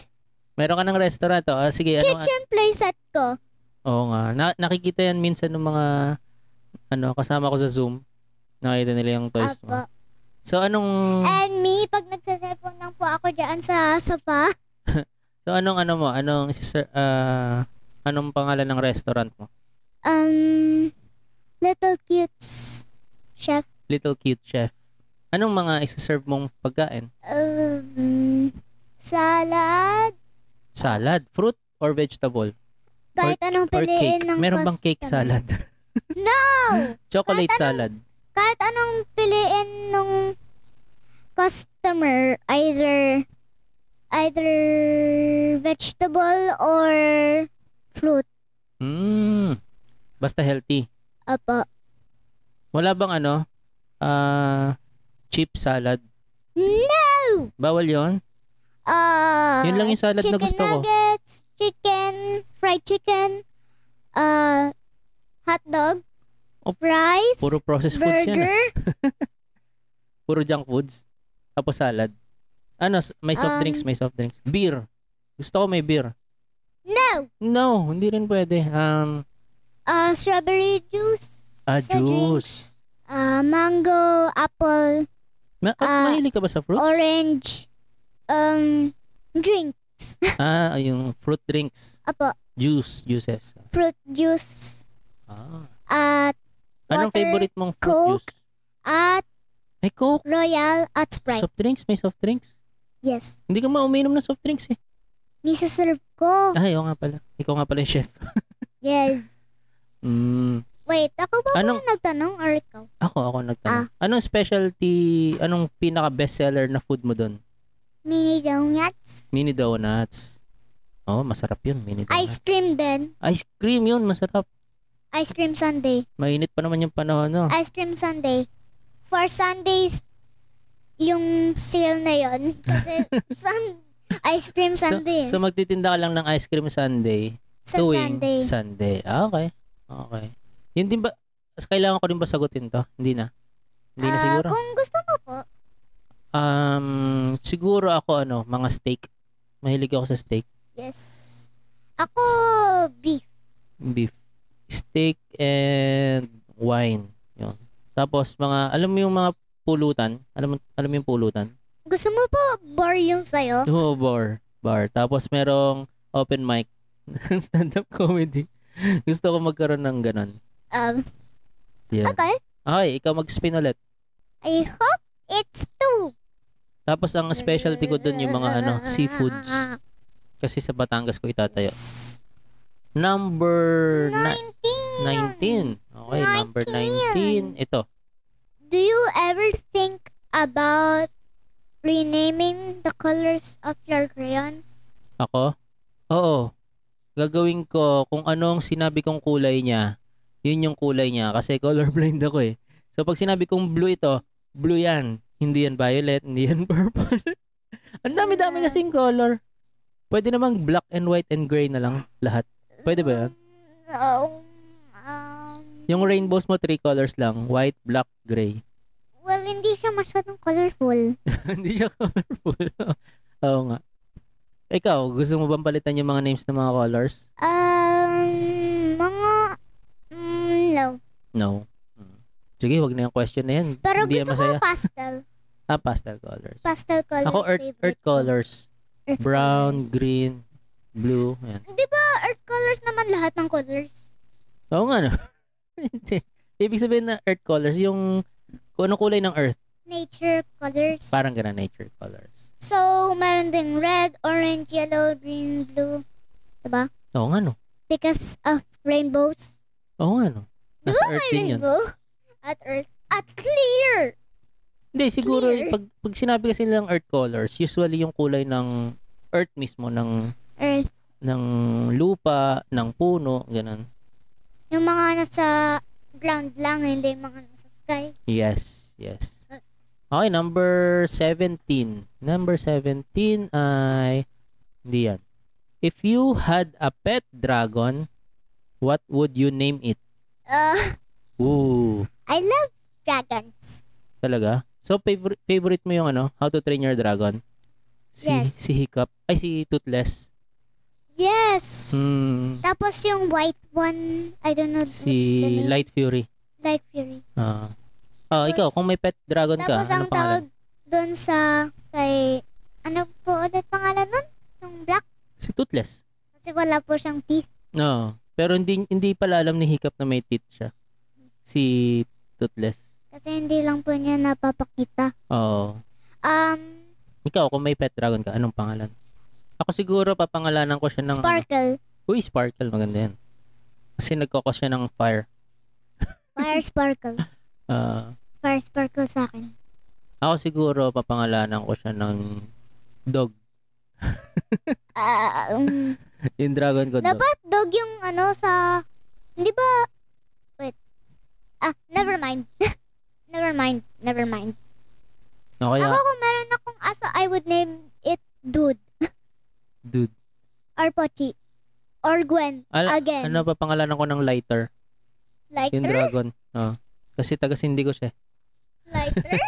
Speaker 1: meron ka ng restaurant. Oh. Ah, sige, ano nga?
Speaker 2: Kitchen playset ko.
Speaker 1: Oo nga. Na- nakikita yan minsan ng mga ano kasama ko sa Zoom. Nakita nila yung toys
Speaker 2: Apo.
Speaker 1: mo. So anong
Speaker 2: And me, pag nagsaselfon lang po ako dyan sa sofa,
Speaker 1: so anong ano mo? Anong sir, ah, anong pangalan ng restaurant mo?
Speaker 2: um, little cutes chef.
Speaker 1: Little Cute Chef. Anong mga isa-serve mong pagkain?
Speaker 2: Um, salad.
Speaker 1: Salad, fruit, or vegetable?
Speaker 2: Kahit anong
Speaker 1: Or
Speaker 2: piliin
Speaker 1: cake?
Speaker 2: ng
Speaker 1: Meron bang cake
Speaker 2: customer. Ah,
Speaker 1: salad?
Speaker 2: No!
Speaker 1: Chocolate
Speaker 2: Kahit anong-
Speaker 1: salad.
Speaker 2: Kahit anong piliin ng customer, either either vegetable or fruit.
Speaker 1: Mm. Basta healthy.
Speaker 2: Apo.
Speaker 1: Wala bang ano? Ah, cheap salad.
Speaker 2: No!
Speaker 1: Bawal yon.
Speaker 2: Ah,
Speaker 1: Yun lang yung salad na
Speaker 2: chicken
Speaker 1: gusto ko.
Speaker 2: nuggets, chicken, fried chicken, uh, hot dog,
Speaker 1: Oh,
Speaker 2: fries,
Speaker 1: Puro processed foods yan. ah.
Speaker 2: burger,
Speaker 1: Puro junk foods. Tapos salad. Ano, s- may soft
Speaker 2: Um,
Speaker 1: drinks, may soft drinks. Beer. Gusto ko may beer.
Speaker 2: no,
Speaker 1: No, hindi rin pwede. Um,
Speaker 2: uh, strawberry juice,
Speaker 1: ah,
Speaker 2: sa drink,
Speaker 1: juice.
Speaker 2: uh, mango, apple,
Speaker 1: Ma-
Speaker 2: Ah,
Speaker 1: mahilig ka ba sa fruits?
Speaker 2: orange, um, drink,
Speaker 1: Ah, yung fruit drinks,
Speaker 2: apo,
Speaker 1: juice, juices.
Speaker 2: fruit juice,
Speaker 1: Ah.
Speaker 2: at,
Speaker 1: Anong
Speaker 2: Water,
Speaker 1: favorite mong fruit
Speaker 2: Coke,
Speaker 1: juice?
Speaker 2: at
Speaker 1: May Coke,
Speaker 2: royal, at sprite.
Speaker 1: soft drinks, may soft drinks.
Speaker 2: Yes.
Speaker 1: Hindi ka mauminom ng soft drinks eh.
Speaker 2: Nisa-serve ko.
Speaker 1: Ah, ayaw nga pala. Ikaw nga pala yung chef.
Speaker 2: Yes.
Speaker 1: Mm.
Speaker 2: Wait, ako ba
Speaker 1: Anong-
Speaker 2: ba yung nagtanong or ikaw?
Speaker 1: Ako, ako nagtanong.
Speaker 2: Ah.
Speaker 1: Anong specialty, anong pinaka bestseller na food mo doon?
Speaker 2: Mini donuts.
Speaker 1: Mini donuts. Oh, masarap yun, mini donuts.
Speaker 2: Ice cream din.
Speaker 1: Ice cream yun, masarap.
Speaker 2: Ice cream sundae.
Speaker 1: Mainit pa naman yung panahon, no?
Speaker 2: Ice cream sundae. For Sundays, yung sale na yon Kasi sun, ice cream sundae.
Speaker 1: So, so magtitinda ka lang ng ice cream sundae.
Speaker 2: sa
Speaker 1: tuwing
Speaker 2: Sunday.
Speaker 1: Sunday. Ah, okay. Okay. Yun din ba, kailangan ko din ba sagutin to? Hindi na. Hindi na
Speaker 2: Ah,
Speaker 1: siguro.
Speaker 2: Kung gusto mo po.
Speaker 1: Um, siguro ako ano, mga steak. Mahilig ako sa steak.
Speaker 2: Yes. Ako, beef.
Speaker 1: Beef. Steak and wine. Yun. Tapos mga, alam mo yung mga pulutan? Alam mo, alam mo yung pulutan?
Speaker 2: Gusto mo po bar yung sayo?
Speaker 1: Oo, bar. Bar. Tapos merong open mic. Stand-up comedy. Gusto ko magkaroon ng ganun.
Speaker 2: Um,
Speaker 1: Yun.
Speaker 2: okay.
Speaker 1: Okay, ikaw mag-spin ulit.
Speaker 2: I hope it's two.
Speaker 1: Tapos ang specialty ko dun yung mga ano, seafoods. Kasi sa Batangas ko itatayo. Number 19.
Speaker 2: 19.
Speaker 1: Okay, number 19. Ito.
Speaker 2: Do you ever think about renaming the colors of your crayons?
Speaker 1: Ako? Oo. Gagawin ko kung anong sinabi kong kulay niya, yun yung kulay niya kasi colorblind ako eh. So pag sinabi kong blue ito, blue yan. Hindi yan violet, hindi yan purple. Ang dami-dami
Speaker 2: Yeah.
Speaker 1: kasing color. Pwede namang black and white and gray na lang lahat. Pwede ba yan?
Speaker 2: Um, um,
Speaker 1: Yung rainbows mo, three colors lang. White, black, gray.
Speaker 2: well, hindi siya masyadong colorful.
Speaker 1: hindi siya colorful. Oo nga. Ikaw, gusto mo bang palitan yung mga names ng mga colors?
Speaker 2: Um, mga, mm, no.
Speaker 1: No. Mm. Sige, wag na yung question na yan.
Speaker 2: Pero
Speaker 1: Hindi yan
Speaker 2: gusto
Speaker 1: masaya.
Speaker 2: ko pastel.
Speaker 1: Ah, pastel colors.
Speaker 2: Pastel colors.
Speaker 1: Ako, earth,
Speaker 2: favorite
Speaker 1: earth
Speaker 2: ko.
Speaker 1: colors.
Speaker 2: Earth
Speaker 1: Brown,
Speaker 2: colors.
Speaker 1: green, blue. Ayan.
Speaker 2: Di ba earth colors naman lahat ng colors?
Speaker 1: Oo nga, no? Hindi. Ibig sabihin na earth colors, yung kung ano kulay ng earth,
Speaker 2: Nature colors.
Speaker 1: parang ganun nature colors.
Speaker 2: So, meron ding red, orange, yellow, green, blue. Diba?
Speaker 1: Oo nga, no?
Speaker 2: Because of rainbows.
Speaker 1: Oo nga, no? Nasa
Speaker 2: Ay,
Speaker 1: earth din yun.
Speaker 2: rainbow. At earth. At clear!
Speaker 1: Hindi, siguro,
Speaker 2: Clear.
Speaker 1: pag, pag sinabi kasi nilang earth colors, usually yung kulay ng earth mismo, ng
Speaker 2: Earth.
Speaker 1: ng lupa, ng puno, ganun.
Speaker 2: Yung mga nasa ground lang, hindi yung mga nasa sky.
Speaker 1: Yes, yes. Okay, number 17. Number 17 ay, hindi yan. If you had a pet dragon, what would you name it?
Speaker 2: Uh,
Speaker 1: Ooh,
Speaker 2: I love dragons.
Speaker 1: talaga? So, favorite, favorite mo yung ano, How to Train Your Dragon? Si,
Speaker 2: Yes.
Speaker 1: Si Hiccup. Ay, si Toothless.
Speaker 2: Yes!
Speaker 1: Hmm,
Speaker 2: Tapos yung white one, I don't know what's the
Speaker 1: si
Speaker 2: name.
Speaker 1: Light Fury.
Speaker 2: Light Fury.
Speaker 1: Ah, Ah,
Speaker 2: Tapos-
Speaker 1: ikaw, kung may pet dragon ka,
Speaker 2: Tapos ang
Speaker 1: ano pangalan?
Speaker 2: tawag doon sa kay ano po ulit pangalan nun? Yung black
Speaker 1: Si Toothless.
Speaker 2: kasi wala po siyang teeth.
Speaker 1: No. Pero hindi hindi pala alam ni Hiccup na may teeth siya. Si Toothless.
Speaker 2: Kasi hindi lang po niya napapakita.
Speaker 1: Oo.
Speaker 2: Um,
Speaker 1: Ikaw, kung may pet dragon ka, anong pangalan? Ako siguro, papangalanan ko siya ng...
Speaker 2: Sparkle.
Speaker 1: Ano, uy, Sparkle. Maganda yan. Kasi nagkoko siya ng fire.
Speaker 2: Fire Sparkle.
Speaker 1: Ah,
Speaker 2: Fire Sparkle sa akin.
Speaker 1: ako siguro, papangalanan ko siya ng dog.
Speaker 2: Ah, um,
Speaker 1: Yung dragon ko, dog.
Speaker 2: dapat dog yung ano sa... Hindi ba... Wait. Ah, never mind. never mind. Never mind.
Speaker 1: O kaya,
Speaker 2: Ako kung meron akong aso, I would name it Dude.
Speaker 1: dude.
Speaker 2: Or Pochi. Or Gwen.
Speaker 1: Ala-
Speaker 2: Again.
Speaker 1: Ano, papangalanan ko ng lighter.
Speaker 2: Lighter?
Speaker 1: Yung dragon. Oo. Kasi taga-sindi ko siya.
Speaker 2: Lighter?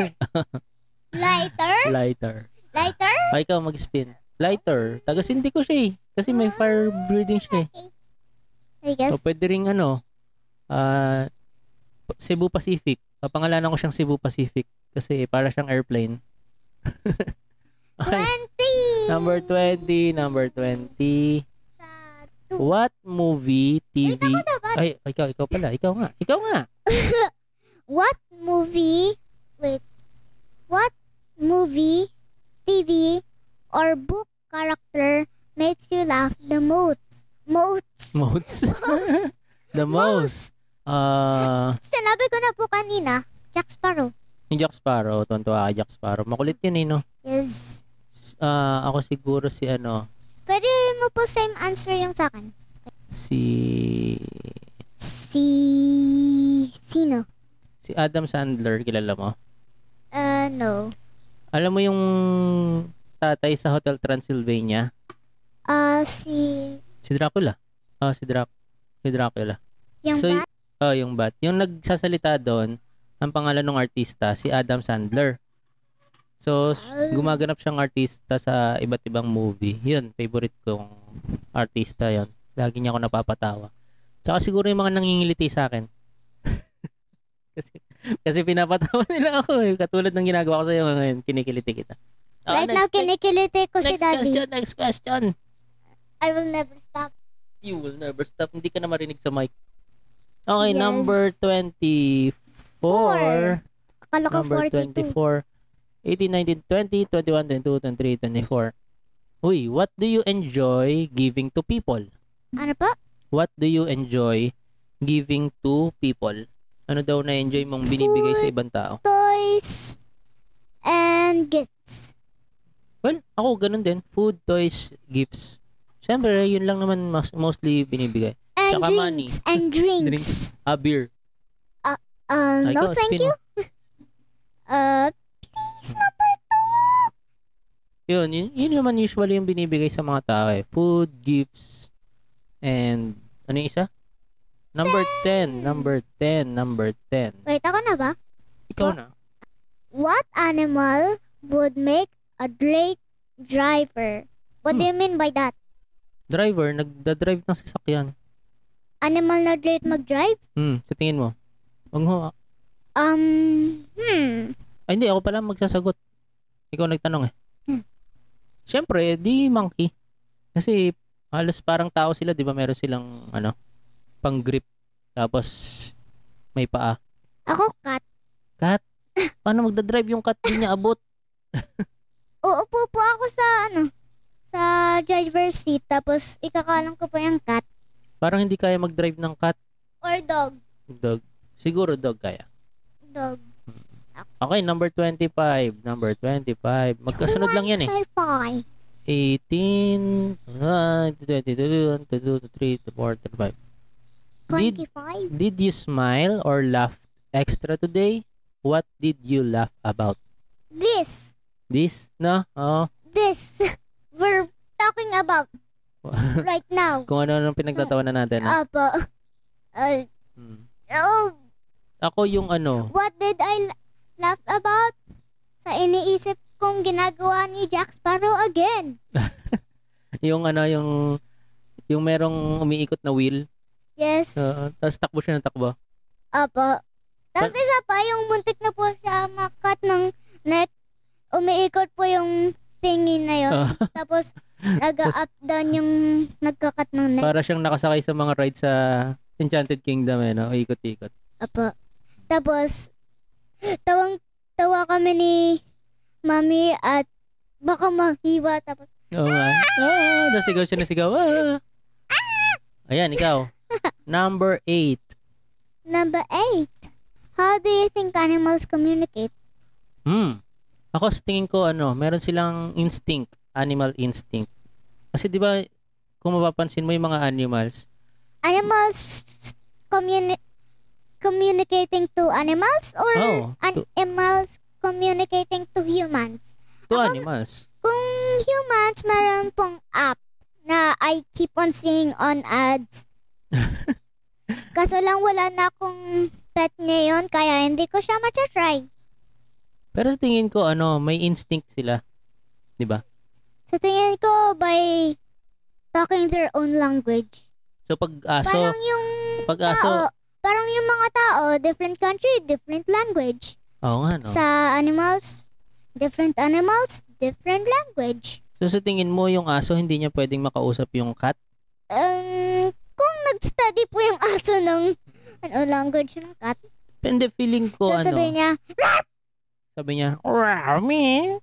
Speaker 2: Lighter?
Speaker 1: Lighter.
Speaker 2: Lighter?
Speaker 1: Ay, ikaw mag-spin. Lighter. Taga-sindi ko siya eh. Kasi may fire breathing siya eh.
Speaker 2: I guess.
Speaker 1: So, pwede rin ano, ah, Cebu Pacific. Papangalanan ko siyang Cebu Pacific kasi para siyang airplane. okay.
Speaker 2: 20!
Speaker 1: Number 20, number 20.
Speaker 2: Sa...
Speaker 1: What movie, TV...
Speaker 2: Wait, ako dapat.
Speaker 1: Ay, ikaw, ikaw pala. Ikaw nga. Ikaw nga.
Speaker 2: What movie? Wait. What movie, TV, or book character makes you laugh the most? Most.
Speaker 1: Mouse. The mouse. Ah,
Speaker 2: Sinabi ko na po kanina, Jack Sparrow.
Speaker 1: yung Jack Sparrow. Tuwan-tuwa kay Jack Sparrow. Makulit yun eh, no?
Speaker 2: Yes.
Speaker 1: S- ah, ako siguro si ano,
Speaker 2: Pwede mo po same answer yung sa akin.
Speaker 1: si...
Speaker 2: Si... Sino?
Speaker 1: Si Adam Sandler. Kilala mo?
Speaker 2: Uh, no.
Speaker 1: Alam mo yung tatay sa Hotel Transylvania?
Speaker 2: Uh, si...
Speaker 1: Si Dracula. Ah, si Drac si Dracula.
Speaker 2: Yung
Speaker 1: So,
Speaker 2: ba?
Speaker 1: Oh, yung bat. Yung nagsasalita doon, ang pangalan ng artista si Adam Sandler. So, s-
Speaker 2: Ah.
Speaker 1: gumaganap siyang artista sa iba't ibang movie. Yun, favorite kong artista yon. Lagi niya ako napapatawa. Tsaka siguro yung mga nangingiliti sa akin. kasi, kasi pinapatawa nila ako eh. Katulad ng ginagawa ko sa'yo ngayon, kinikiliti kita. Oh,
Speaker 2: right now,
Speaker 1: next-
Speaker 2: kinikiliti ko si
Speaker 1: Next
Speaker 2: Daddy.
Speaker 1: question, next question.
Speaker 2: I will never stop.
Speaker 1: You will never stop. Hindi ka na marinig sa mic. Okay,
Speaker 2: Yes.
Speaker 1: number 24.
Speaker 2: Four. Akala ko
Speaker 1: Number
Speaker 2: 42.
Speaker 1: 24. 18, 19, 20, 21, 22, 23, 24. Uy, what do you enjoy giving to people?
Speaker 2: Ano pa?
Speaker 1: What do you enjoy giving to people? Ano daw na-enjoy mong binibigay sa ibang tao?
Speaker 2: Toys and gifts.
Speaker 1: Well, ako ganun din. Food, toys, gifts. Siyempre, yun lang naman mas, mostly binibigay.
Speaker 2: And
Speaker 1: Tsaka money.
Speaker 2: drinks. And drinks.
Speaker 1: Drinks. Ah, beer.
Speaker 2: Uh,
Speaker 1: Ah,
Speaker 2: no,
Speaker 1: ikaw,
Speaker 2: thank
Speaker 1: spin
Speaker 2: you.
Speaker 1: mo.
Speaker 2: Uh, please, number two.
Speaker 1: Yun, yun, yun naman usually yung binibigay sa mga tao eh. Food, gifts, and ano yung isa? Number 10, number 10, number 10.
Speaker 2: Wait, ako na ba?
Speaker 1: Ikaw na.
Speaker 2: What animal would make a great driver? What do you
Speaker 1: Hmm.
Speaker 2: mean by that?
Speaker 1: Driver, nagda-drive ng sasakyan.
Speaker 2: Animal na great mag-drive?
Speaker 1: Hmm, sa tingin mo? Wag mo. ah.
Speaker 2: Um, hmm.
Speaker 1: Ay, hindi. Ako pala ang magsasagot. Ikaw nagtanong eh.
Speaker 2: Hmm.
Speaker 1: Siyempre, di monkey. Kasi halos parang tao sila, di ba? Meron silang, ano, pang grip. Tapos, may paa.
Speaker 2: Ako cat.
Speaker 1: Paano magdadrive yung cat? Di niya abot.
Speaker 2: Uupo po ako sa ano, sa driver's seat tapos ikakalang ko pa yung cat
Speaker 1: Parang hindi kaya magdrive ng cat.
Speaker 2: or dog.
Speaker 1: Dog. Siguro dog kaya.
Speaker 2: Dog.
Speaker 1: Okay, number 25. Number 25. Magkasunod lang yan eh.
Speaker 2: Clarify.
Speaker 1: 18, 22, 23, 24, 25. Did-
Speaker 2: 25.
Speaker 1: Did you smile or laugh extra today? What did you laugh about?
Speaker 2: This.
Speaker 1: This, no? Oo.
Speaker 2: This. We're talking about right now.
Speaker 1: Kung ano nung pinagtatawanan natin. ah.
Speaker 2: Apo. Uh,
Speaker 1: Hmm.
Speaker 2: oh,
Speaker 1: Ako yung ano,
Speaker 2: what did I la- laugh about? Sa iniisip kong ginagawa ni Jack Sparrow again.
Speaker 1: yung ano, yung yung merong umiikot na wheel.
Speaker 2: Yes.
Speaker 1: Oo. tapos takbo siya ng takbo.
Speaker 2: Apo. Tapos isa pa, yung muntik na po siya makat ng neck. Umiikot po yung tingin na yun.
Speaker 1: Ah.
Speaker 2: Tapos, nag-up down yung nagkakat ng neck.
Speaker 1: Para siyang nakasakay sa mga ride sa Enchanted Kingdom eh, no? Ikot-ikot.
Speaker 2: Apo. Tapos, tawang tawa kami ni mami at baka mahiwa. Tapos,
Speaker 1: Oo nga. Ah, nasigaw siya nasigaw. Ah. Ayan, ikaw. Number 8.
Speaker 2: number eight. How do you think animals communicate?
Speaker 1: Hmm. Ako sa tingin ko ano, meron silang instinct, animal instinct. Kasi 'di ba kung mapapansin mo yung mga animals,
Speaker 2: Animals communi- communicating to animals or
Speaker 1: oh, to,
Speaker 2: animals communicating to humans.
Speaker 1: to animals.
Speaker 2: Kung humans, meron pong app na I keep on seeing on ads. Kaso lang wala na akong pet ngayon, kaya hindi ko siya matatry.
Speaker 1: Pero sa tingin ko ano, may instinct sila.
Speaker 2: Sa tingin ko, by talking their own language.
Speaker 1: Ah, So ah, pag aso,
Speaker 2: Parang yung
Speaker 1: pag
Speaker 2: tao,
Speaker 1: aso,
Speaker 2: parang yung mga tao, different country, different language.
Speaker 1: oo nga no.
Speaker 2: Sa animals, different animals, different language.
Speaker 1: So sa tingin mo yung aso hindi niya pwedeng makausap yung cat?
Speaker 2: um, kung nag-study po yung aso ng ano, language ng cat,
Speaker 1: Hindi feeling ko ano,
Speaker 2: sasabihin niya,
Speaker 1: sabi niya, "Wow, me."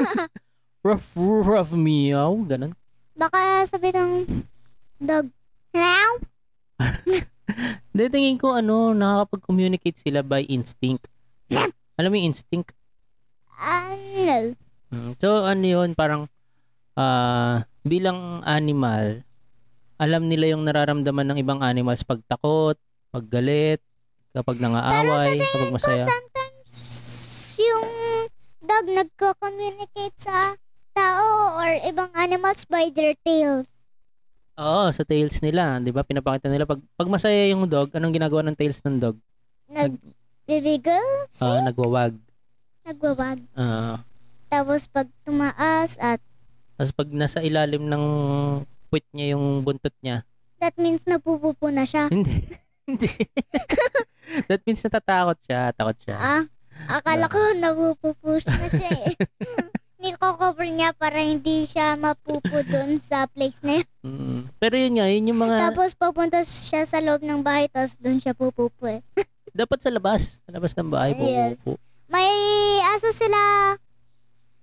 Speaker 1: Ruff, ruff, meow, ganun.
Speaker 2: baka sabi ng dog, meow.
Speaker 1: Hindi, tingin ko ano, nakakapag-communicate sila by instinct. Alam mo yung instinct?
Speaker 2: Ano?
Speaker 1: Mm, So ano yun, parang ah, bilang animal, alam nila yung nararamdaman ng ibang animals pag takot, pag galit, kapag nangaaway, kapag
Speaker 2: Ko
Speaker 1: masaya.
Speaker 2: sometimes yung dog nagko-communicate sa tao or ibang animals by their tails.
Speaker 1: Oo, sa tails nila, 'di ba? Pinapakita nila pag pag masaya yung dog, anong ginagawa ng tails ng dog?
Speaker 2: Nagbibigil,
Speaker 1: Ah, nagwawag.
Speaker 2: nagwawag.
Speaker 1: Ah,
Speaker 2: Tapos pag tumaas at
Speaker 1: tapos pag nasa ilalim ng puwit niya yung buntot niya,
Speaker 2: that means napupupo na siya.
Speaker 1: hindi. Hindi. That means natatakot siya, takot siya.
Speaker 2: Ah, akala ko napupupus na siya eh. Niko-cover niya para hindi siya mapupo dun sa place na yun.
Speaker 1: Mm. Pero yun nga, yun yung mga
Speaker 2: Tapos pupunta siya sa loob ng bahay, tapos dun siya pupupo eh.
Speaker 1: dapat sa labas, sa labas ng bahay po.
Speaker 2: Yes.
Speaker 1: po.
Speaker 2: May aso sila,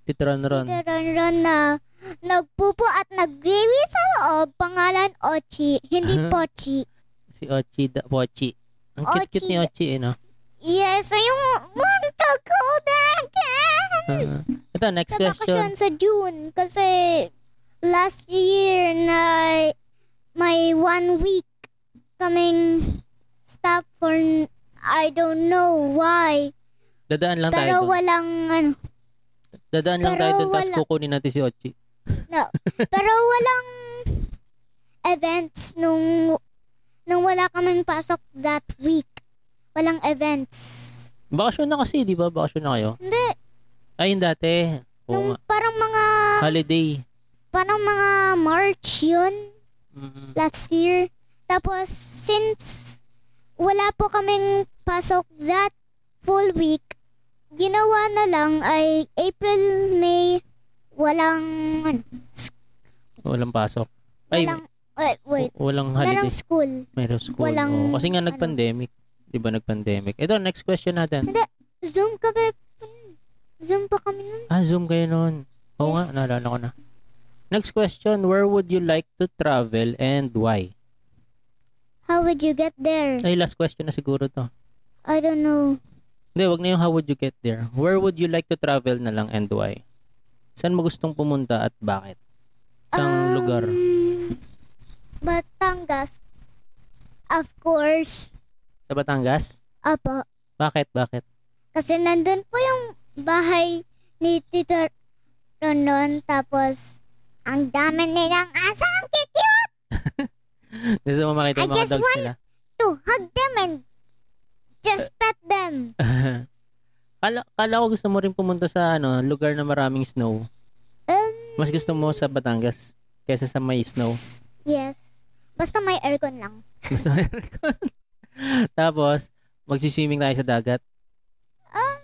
Speaker 1: Titron-ron.
Speaker 2: ron na nagpupo at nagriwi sa loob, pangalan Ochi, hindi Pochi.
Speaker 1: Si Ochi da Pochi. Ang cute-cute ni Ochi eh, no?
Speaker 2: Yes, ayun. Parang tag-order again.
Speaker 1: Ah. ito, next
Speaker 2: Hmm. Sa
Speaker 1: question.
Speaker 2: bakasyon sa June. Kasi last year na may one week kaming stop for n- I don't know why.
Speaker 1: Dadaan lang tayo
Speaker 2: Pero
Speaker 1: doon.
Speaker 2: walang ano.
Speaker 1: Dadaan lang tayo
Speaker 2: pero
Speaker 1: doon, tapos
Speaker 2: wala.
Speaker 1: kukunin natin si Ochi.
Speaker 2: No. Pero walang events nung nung wala kaming pasok that week. Walang events.
Speaker 1: Bakasyon na kasi, di ba? Bakasyon na kayo.
Speaker 2: Hindi.
Speaker 1: Ayun dati. Oo
Speaker 2: Nung
Speaker 1: nga.
Speaker 2: parang mga
Speaker 1: Holiday.
Speaker 2: parang mga March yun.
Speaker 1: Mm-mm.
Speaker 2: last year. Tapos, since wala po kaming pasok that full week, ginawa na lang ay April, May, walang, ano,
Speaker 1: Walang pasok. Ay,
Speaker 2: walang, wait, wait,
Speaker 1: w- walang
Speaker 2: merong
Speaker 1: holiday.
Speaker 2: school.
Speaker 1: Meron school. Oo,
Speaker 2: walang-
Speaker 1: Kasi nga
Speaker 2: ano.
Speaker 1: nag-pandemic. Di ba nag-pandemic? Ito, next question natin.
Speaker 2: Zoom kami, Zoom pa kami nun.
Speaker 1: Ah, Zoom kayo noon. Oo
Speaker 2: Yes.
Speaker 1: nga, naalala ko na. Next question, where would you like to travel and why?
Speaker 2: How would you get there?
Speaker 1: Ay, last question na siguro to.
Speaker 2: I don't know.
Speaker 1: Hindi, wag na yung how would you get there. Where would you like to travel na lang and why? Saan mo gustong pumunta at bakit? Saan lugar?
Speaker 2: Um, Batangas. Of course.
Speaker 1: Sa Batangas?
Speaker 2: Apo.
Speaker 1: Bakit? Bakit?
Speaker 2: Kasi nandun po yung bahay ni Tito Ronon. Tapos, ang dami nilang asa. Ang cute
Speaker 1: Gusto mo makita
Speaker 2: I
Speaker 1: yung mga
Speaker 2: just
Speaker 1: dogs
Speaker 2: want-
Speaker 1: nila?
Speaker 2: to hug them and just pet them.
Speaker 1: kala, kala ko gusto mo rin pumunta sa ano, lugar na maraming snow.
Speaker 2: Um,
Speaker 1: Mas gusto mo sa Batangas kaysa sa may snow.
Speaker 2: Yes. Basta may aircon lang.
Speaker 1: Mas may aircon. Tapos, magsiswimming tayo sa dagat.
Speaker 2: Um,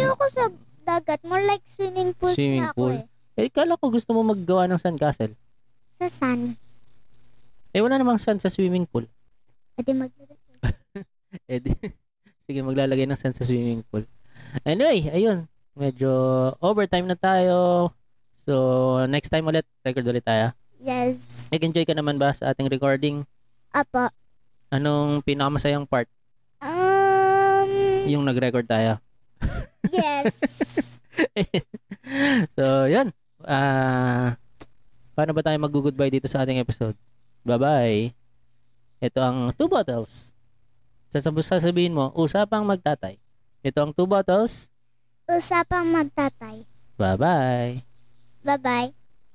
Speaker 2: ayoko sa dagat. More like swimming pools
Speaker 1: Swimming
Speaker 2: na ako
Speaker 1: pool.
Speaker 2: eh.
Speaker 1: Eh, kala ko gusto mo maggawa ng sandcastle.
Speaker 2: Sa sun.
Speaker 1: Eh, wala namang sand sa swimming pool.
Speaker 2: Pwede mag
Speaker 1: Eh, di, sige, maglalagay ng sand sa swimming pool. Anyway, ayun. Medyo overtime na tayo. So, next time ulit, record ulit tayo.
Speaker 2: Yes.
Speaker 1: Nag-enjoy ka naman ba sa ating recording?
Speaker 2: Apo.
Speaker 1: Anong pinakamasayang part?
Speaker 2: Um,
Speaker 1: Yung nag-record tayo.
Speaker 2: yes.
Speaker 1: so, yun. Ah, paano ba tayo mag-goodbye dito sa ating episode? Bye-bye. Ito ang Two Bottles. Sasab- sasabihin mo, usapang magtatay. Ito ang Two Bottles.
Speaker 2: Usapang magtatay.
Speaker 1: Bye-bye.
Speaker 2: Bye-bye.